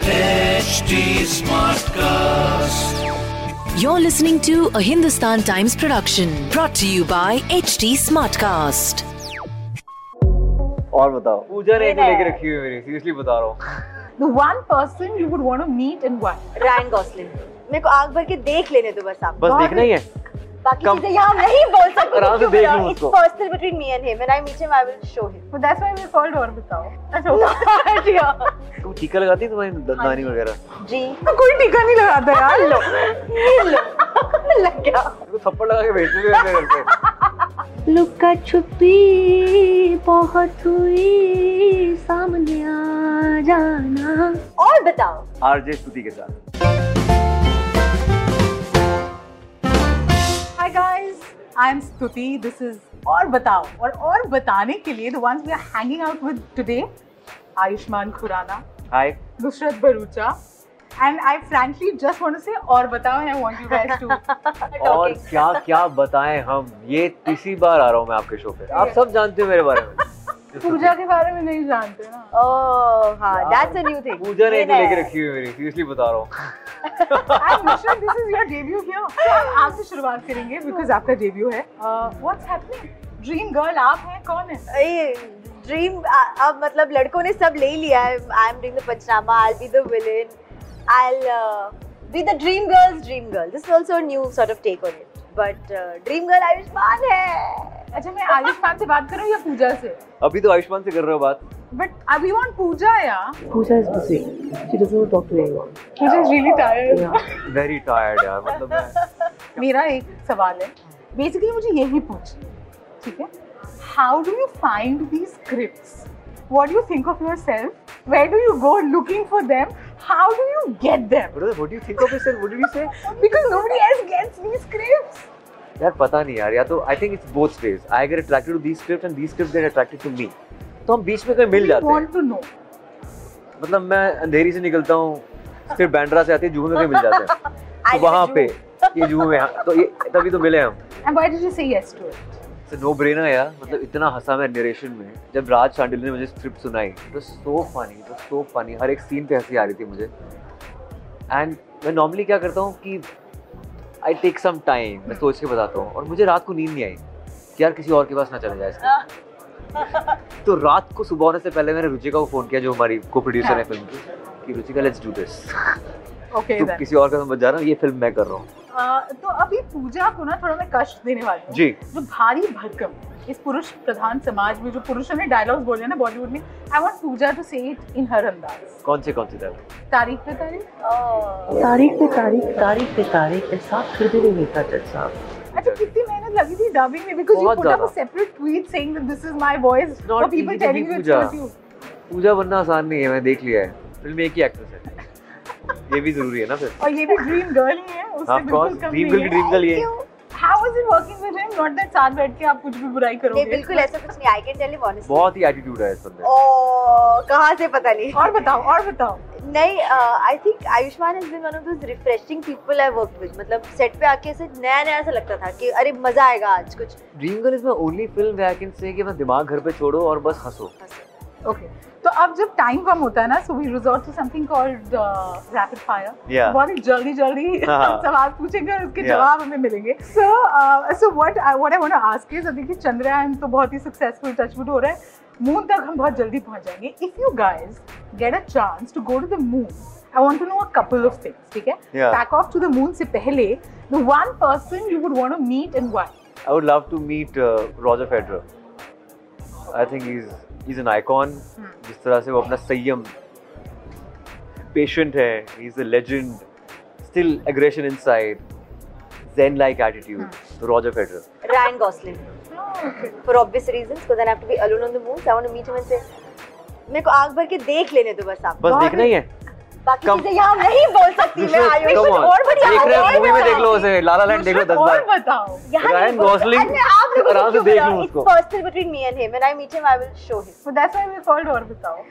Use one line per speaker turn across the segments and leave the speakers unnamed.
HD Smartcast.
You're listening to a Hindustan Times production brought to you by HT Smartcast.
और बताओ
पूजा ने एक
मेरा
लेके
है।
रखी हुई है मेरी सीरियसली बता रहा हूँ
The one person you would want to meet in one.
Ryan Gosling मेरे को आग भर के देख लेने दो बस आप
बस
बहुत-
देखना ही है
बाकी
कम-
चीजें यहाँ नहीं बोल सकती
आराम से देख लो
इट्स
उसको।
Personal between me and him when I meet him I will show him
But that's why we called और बताओ. अच्छा not here.
तुम टीका लगाती है तुम्हारी दंदानी वगैरह
जी
तो कोई टीका नहीं लगाता यार. लो.
लग गया
मेरे को थप्पड़ लगा के भेजते थे मेरे घर पे
लुका छुपी बहुत हुई सामने आ जाना
और बताओ
आरजे स्तुति के साथ
Hi guys. I'm Stuti. This is और बताओ और और बताने के लिए the ones we are hanging out with today, Ayushman Khurana,
hi
Nusrat Barucha. And I frankly just want to say और बताओ and I want you guys to.
और क्या क्या बताएं हम ये तीसरी बार आ रहा हूँ मैं आपके शो पे आप सब जानते हो मेरे बारे में
पूजा के बारे में नहीं जानते ना.
ओह हाँ, हां that's a new thing
Pooja ने एक लेके रखी हुई है मेरी सीरियसली बता रहा हूँ
And Nusrat, this is your debut here. तो हम आपसे शुरुआत करेंगे because आपका debut है. Uh, what's happening? Dream girl आप हैं कौन है?
ड्रीम अब मतलब लड़कों ने सब ले लिया है I am doing the panchnama I be the villain I be the dream girls dream girl this also new sort of take on it but dream girl Ayushmann है
अच्छा मैं आयुष्मान से बात करूं या पूजा से
अभी तो आयुष्मान से कर रहे हो बात
बट आई वांट पूजा यार
Pooja is busy. She doesn't want to talk to anyone.
Pooja is really tired
very tired यार मतलब मैं
मेरा एक सवाल है बेसिकली मुझे यही पूछना है, ठीक है how do you find the scripts what do you think of yourself where do you go looking for them how do you get them
brother what do you think of yourself what do you say
because nobody else gets the scripts
यार पता नहीं यार या तो I think it's both ways I get attracted to the script and the script get attracted to me तो हम बीच में कहीं मिल जाते हैं
वांट टू नो
मतलब मैं अंधेरी से निकलता हूँ फिर बैंड्रा से आते हैं जुहू में कहीं मिल जाते हैं तो
live
वहाँ
in
पे ये जुहू में हाँ, तो ये तभी तो मिले हम
and why did you say yes to it
no brainer यार मतलब इतना हंसा मैं नरेशन में जब राज शांडिल ने मुझे स्क्रिप्ट सुनाई it was so funny it was so funny हर एक सीन पे हंसी आ रही थी मुझे एंड मैं नॉर्मली क्या करता हूँ कि आई टेक सम टाइम मैं सोच के बताता हूँ और मुझे रात को नींद नहीं आई कि यार किसी और के पास ना चले जाए इसका। तो रात को सुबह होने से पहले मैंने रुचिका को फ़ोन किया जो हमारी को प्रोड्यूसर है फिल्म की कि Ruchika let's do this
okay
तुम तो किसी और का तो मत जा रहा हूँ ये फिल्म मैं कर रहा हूँ
तो अभी पूजा को ना थोड़ा मैं कष्ट देने वाली हूँ
जी
जो भारी भरकम इस पुरुष प्रधान समाज में जो पुरुषों ने डायलॉग्स बोले ना बॉलीवुड में I want Pooja to say it in her अंदाज
कौन से कौन से डायलॉग
तारीख पे तारीख
तारीख पे तारीख तारीख पे तारीख साफ फिर भी नहीं मिलता जज साहब
अच्छा कितनी मेहनत लगी थी डबिंग में बिकॉज यू
बहुत
पुट अप अ
ज्यादा।
Separate tweet saying that this is my voice
not
और people
easy to
telling
be
you it's
Pooja.
Not you
Pooja बनना आसान नहीं है मैं देख लिया है फिल्म में एक ही एक्ट्रेस है ये भी जरूरी है ना फिर
और ये भी ड्रीम गर्ल ही है उससे
Of course,
बिल्कुल कम
dream girl की dream girl ये है।
How is it working with him not that साथ बैठ के आप कुछ भी बुराई करोगे
नहीं बिल्कुल ऐसा कुछ नहीं I can tell you honestly
बहुत ही एटीट्यूड है इस बंदे में।
ओ Oh, कहाँ से पता नहीं
और बताओ और बताओ
नहीं uh, I think Ayushmann is been one of those refreshing people I work with मतलब सेट पे आके ऐसे नया नया सा लगता था कि अरे मजा आएगा आज कुछ
dream girl is my only film where I can say कि अपना दिमाग घर पे छोड़ो और बस हंसो
ओके तो अब जब टाइम कम होता है ना so we resort to something called rapid fire
Yeah.
uh, बहुत ही जल्दी जल्दी
हाँ।
हम सवाल पूछेंगे और उसके
Yeah.
जवाब हमें मिलेंगे uh, so so what I what I want to ask is देखिए चंद्रयान तो बहुत ही सक्सेसफुल टचवुड हो रहा है मून तक हम बहुत जल्दी पहुंच जाएंगे if you guys get a chance to go to the moon I want to know a couple of things ठीक है
Yeah.
Back off to the moon से पहले the one person you would want to meet and why
I would love to meet Roger Federer I think he is is an icon
Hmm.
जिस तरह से वो अपना संयम patient है he is a legend still aggression inside zen like
Hmm.
attitude तो roger federer
Ryan Gosling. For obvious reasons, because then I have to be alone on the moon. So I want to meet him and say, मेरे को आग भर के देख लेने दो बस आप
बस देखना ही है
बाकी
कम-
चीजें यहाँ नहीं बोल सकती मैं
दूसरे-
आई हूँ।
come
कुछ
on,
और बढ़िया
देख रहे
और
हैं मूवी में
बताओ।
देख लो उसे लाला लैंड देख लो
दूसरा
दस
और
बार
बताओ
यहाँ
Ryan
नहीं बोल सकती।
Gosling,
अरे, आप लोगों
आराम से
को
देख
क्यों
लो
बुलाओ?
उसको।
It's personal between me and him. When I meet him, I will show him.
So that's why we called और बताओ.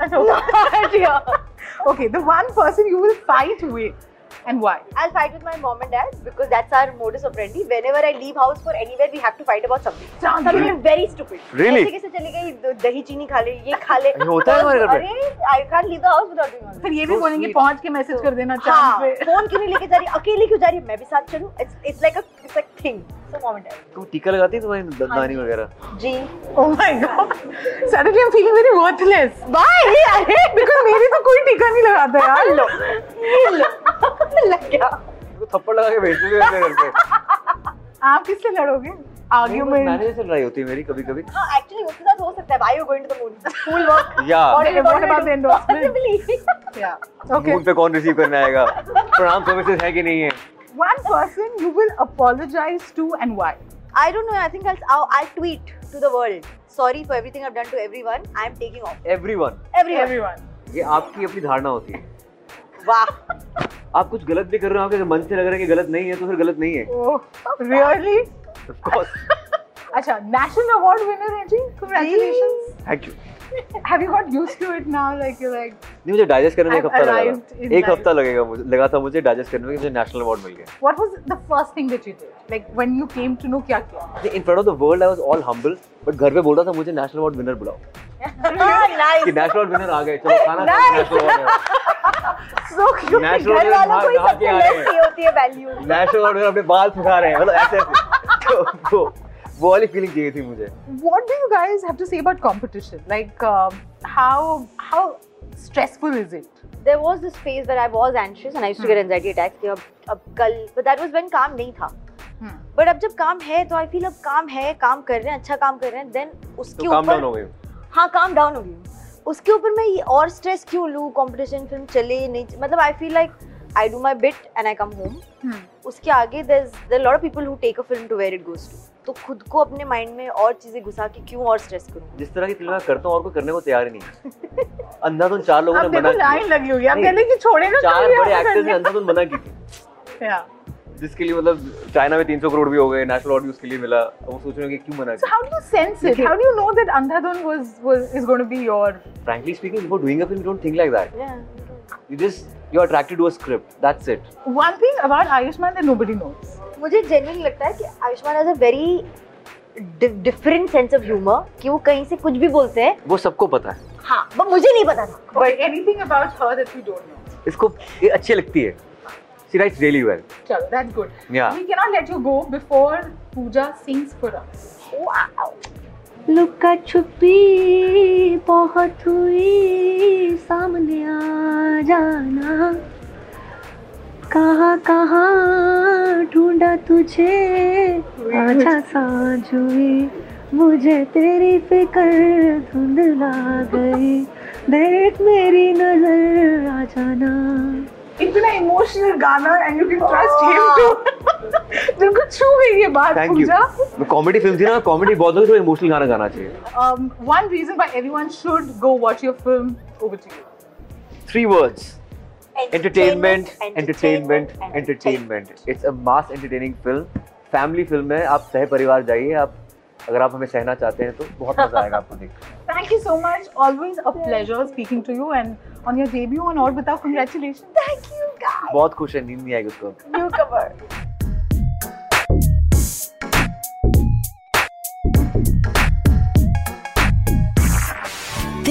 अच्छा Okay, the one person you will fight with and why?
I'll fight with my mom and dad because that's our modus operandi. Whenever I leave house for anywhere, we have to fight about something.
Damn.
Something very stupid.
Really?
ऐसे कैसे चली गई दही चीनी खा ले ये खा ले
ये होता है हमारे घर पे।
अरे I can't leave the house without doing all
फिर ये भी
So
बोलेंगे
sweet.
पहुंच के मैसेज कर देना
हाँ
चांद पे
फोन क्यों नहीं लेके जा रही अकेले क्यों जा रही मैं भी साथ चलूं it's it's like a it's like thing so mom and dad
तुम टीका लगाती है तुम्हारी तो दंदानी वगैरह
हाँ जी
Oh my god. Suddenly I'm feeling very worthless. Why? अरे because मेरे तो कोई टीका नहीं लगाता यार.
लो ये लो लग गया
उसको थप्पड़ लगा के भेज देते हैं मेरे घर पे
आप किससे लड़ोगे? Argument.
मैनेजर से लड़ाई होती है मेरी कभी कभी
हाँ एक्चुअली उसके साथ हो सकता है I you going to the moon full work
या
What about the endorsement? Yeah. Okay.
Mood पे कौन रिसीव करने आएगा प्रणाम सर्विसेज है कि नहीं है
One person you will apologize to and why?
I don't know. I think I'll, I'll, I'll tweet to the world. Sorry for everything I've done to everyone. I'm taking off.
Everyone
Everyone.
Everyone.
ये आपकी अपनी धारणा होती है
Wow.
आप कुछ गलत भी कर रहे हो आपके मन से लग रहा है कि गलत नहीं है तो फिर गलत नहीं है
Oh, really?
Of course.
अच्छा, national award winner है जी. Congratulations.
Thank you.
Have you got used to it now? Like you're like,
नहीं मुझे डाइजेस्ट करने में एक
I've
हफ्ता लगा
arrived in
था। एक
life.
हफ्ता लगेगा मुझे लगा था मुझे डाइजेस्ट करने में कि मुझे नेशनल अवार्ड मिल गया
what was the first thing that you did? Like when you came to know Kya Kya?
In front of the world I was all humble but घर पे बोल रहा था मुझे नेशनल अवार्ड विनर बुलाओ
Ah, nice.
कि national award winner आ गए चलो खाना खाओ
Nice.
National award
So cute.
National
घर वालों को ही
अवार्ड
सबसे
के आ
less
रहे
ही होती है वैल्यू
हैं नेशनल अवार्ड विनर अपने बाल सुखा रहे हैं मतलब ऐसे ऐसे तो वो वो वाली फीलिंग चाहिए थी मुझे
What do you guys have to say about competition? Like um, how how stressful is it?
There was this phase where I was anxious and I used to get anxiety attacks कि अब अब कल but that was when काम नहीं था but अब जब काम है तो आई फील अब काम है काम कर रहे हैं अच्छा काम कर रहे हैं देन उसके
तो काम डाउन हो
ऊपर
गई
हाँ काम डाउन हो गई हूँ। उसके ऊपर मैं ये और स्ट्रेस क्यों लूँ कंपटीशन फिल्म चले नहीं मतलब I feel like I do my bit and I come home उसके आगे there lot of people who take a film to where it goes to तो खुद को अपने माइंड में और चीजें घुसा के क्यों और स्ट्रेस करूँ
जिस तरह की फिल्म मैं करता हूँ और कोई करने को तैयार ही नहीं है। अंधाधुन चार लोगों
आप
ने
देखो
तो मना
लाइन
किया
लगी हुई है आप
नहीं।
कहने की छोड़े ना
चार
कभी
बड़े
आप
एक्टर्स ने
करने।
अंधाधुन मना की थी
Yeah.
जिसके लिए मतलब चाइना में 300 करोड़ भी हो गए नेशनल अवार्ड भी उसके लिए मिला अब वो सोच रहे हैं कि क्यों मना
So how do you sense it?
देखिए-
How do you know that Andhadhun was was is going to be your?
frankly speaking before doing a film you don't think like that you just you're attracted to a script that's it
One thing about Ayushman that nobody knows.
मुझे genuine लगता है कि Ayushmann has a very different sense of humour कि वो कहीं से कुछ भी बोलते हैं
वो सबको पता है
हाँ बट मुझे नहीं पता था
But anything about her that we don't know.
इसको ये अच्छी लगती है she writes really well
Chalo, that's good.
Yeah.
We cannot let you go before Pooja sings for us.
Wow.
लुका छुपी बहुत हुई सामने आ जाना कहाँ कहाँ ढूंढा तुझे आजा साँझ हुई मुझे तेरी फिक्र धुंध ना गई देख मेरी नजर आ जाना
It's an emotional Ghana, and you can trust him too. दिल को छू गई ये बात
Oh. thank you
Pooja.
comedy film थी ना comedy बहुत लोग इमोशनल गाना गाना चाहिए
Um, one reason why everyone should go watch your film. Over to you.
three words entertainment
entertainment,
entertainment entertainment it's a mass entertaining film family film है आप सह परिवार जाइए आप अगर आप हमें सहना चाहते हैं तो बहुत मजा आएगा आपको देख
Thank you so much. Always a pleasure speaking to you and on your debut on Aur Batao. Congratulations. Thank you.
बहुत खुश है नींद नहीं आएगी उसको
न्यू कवर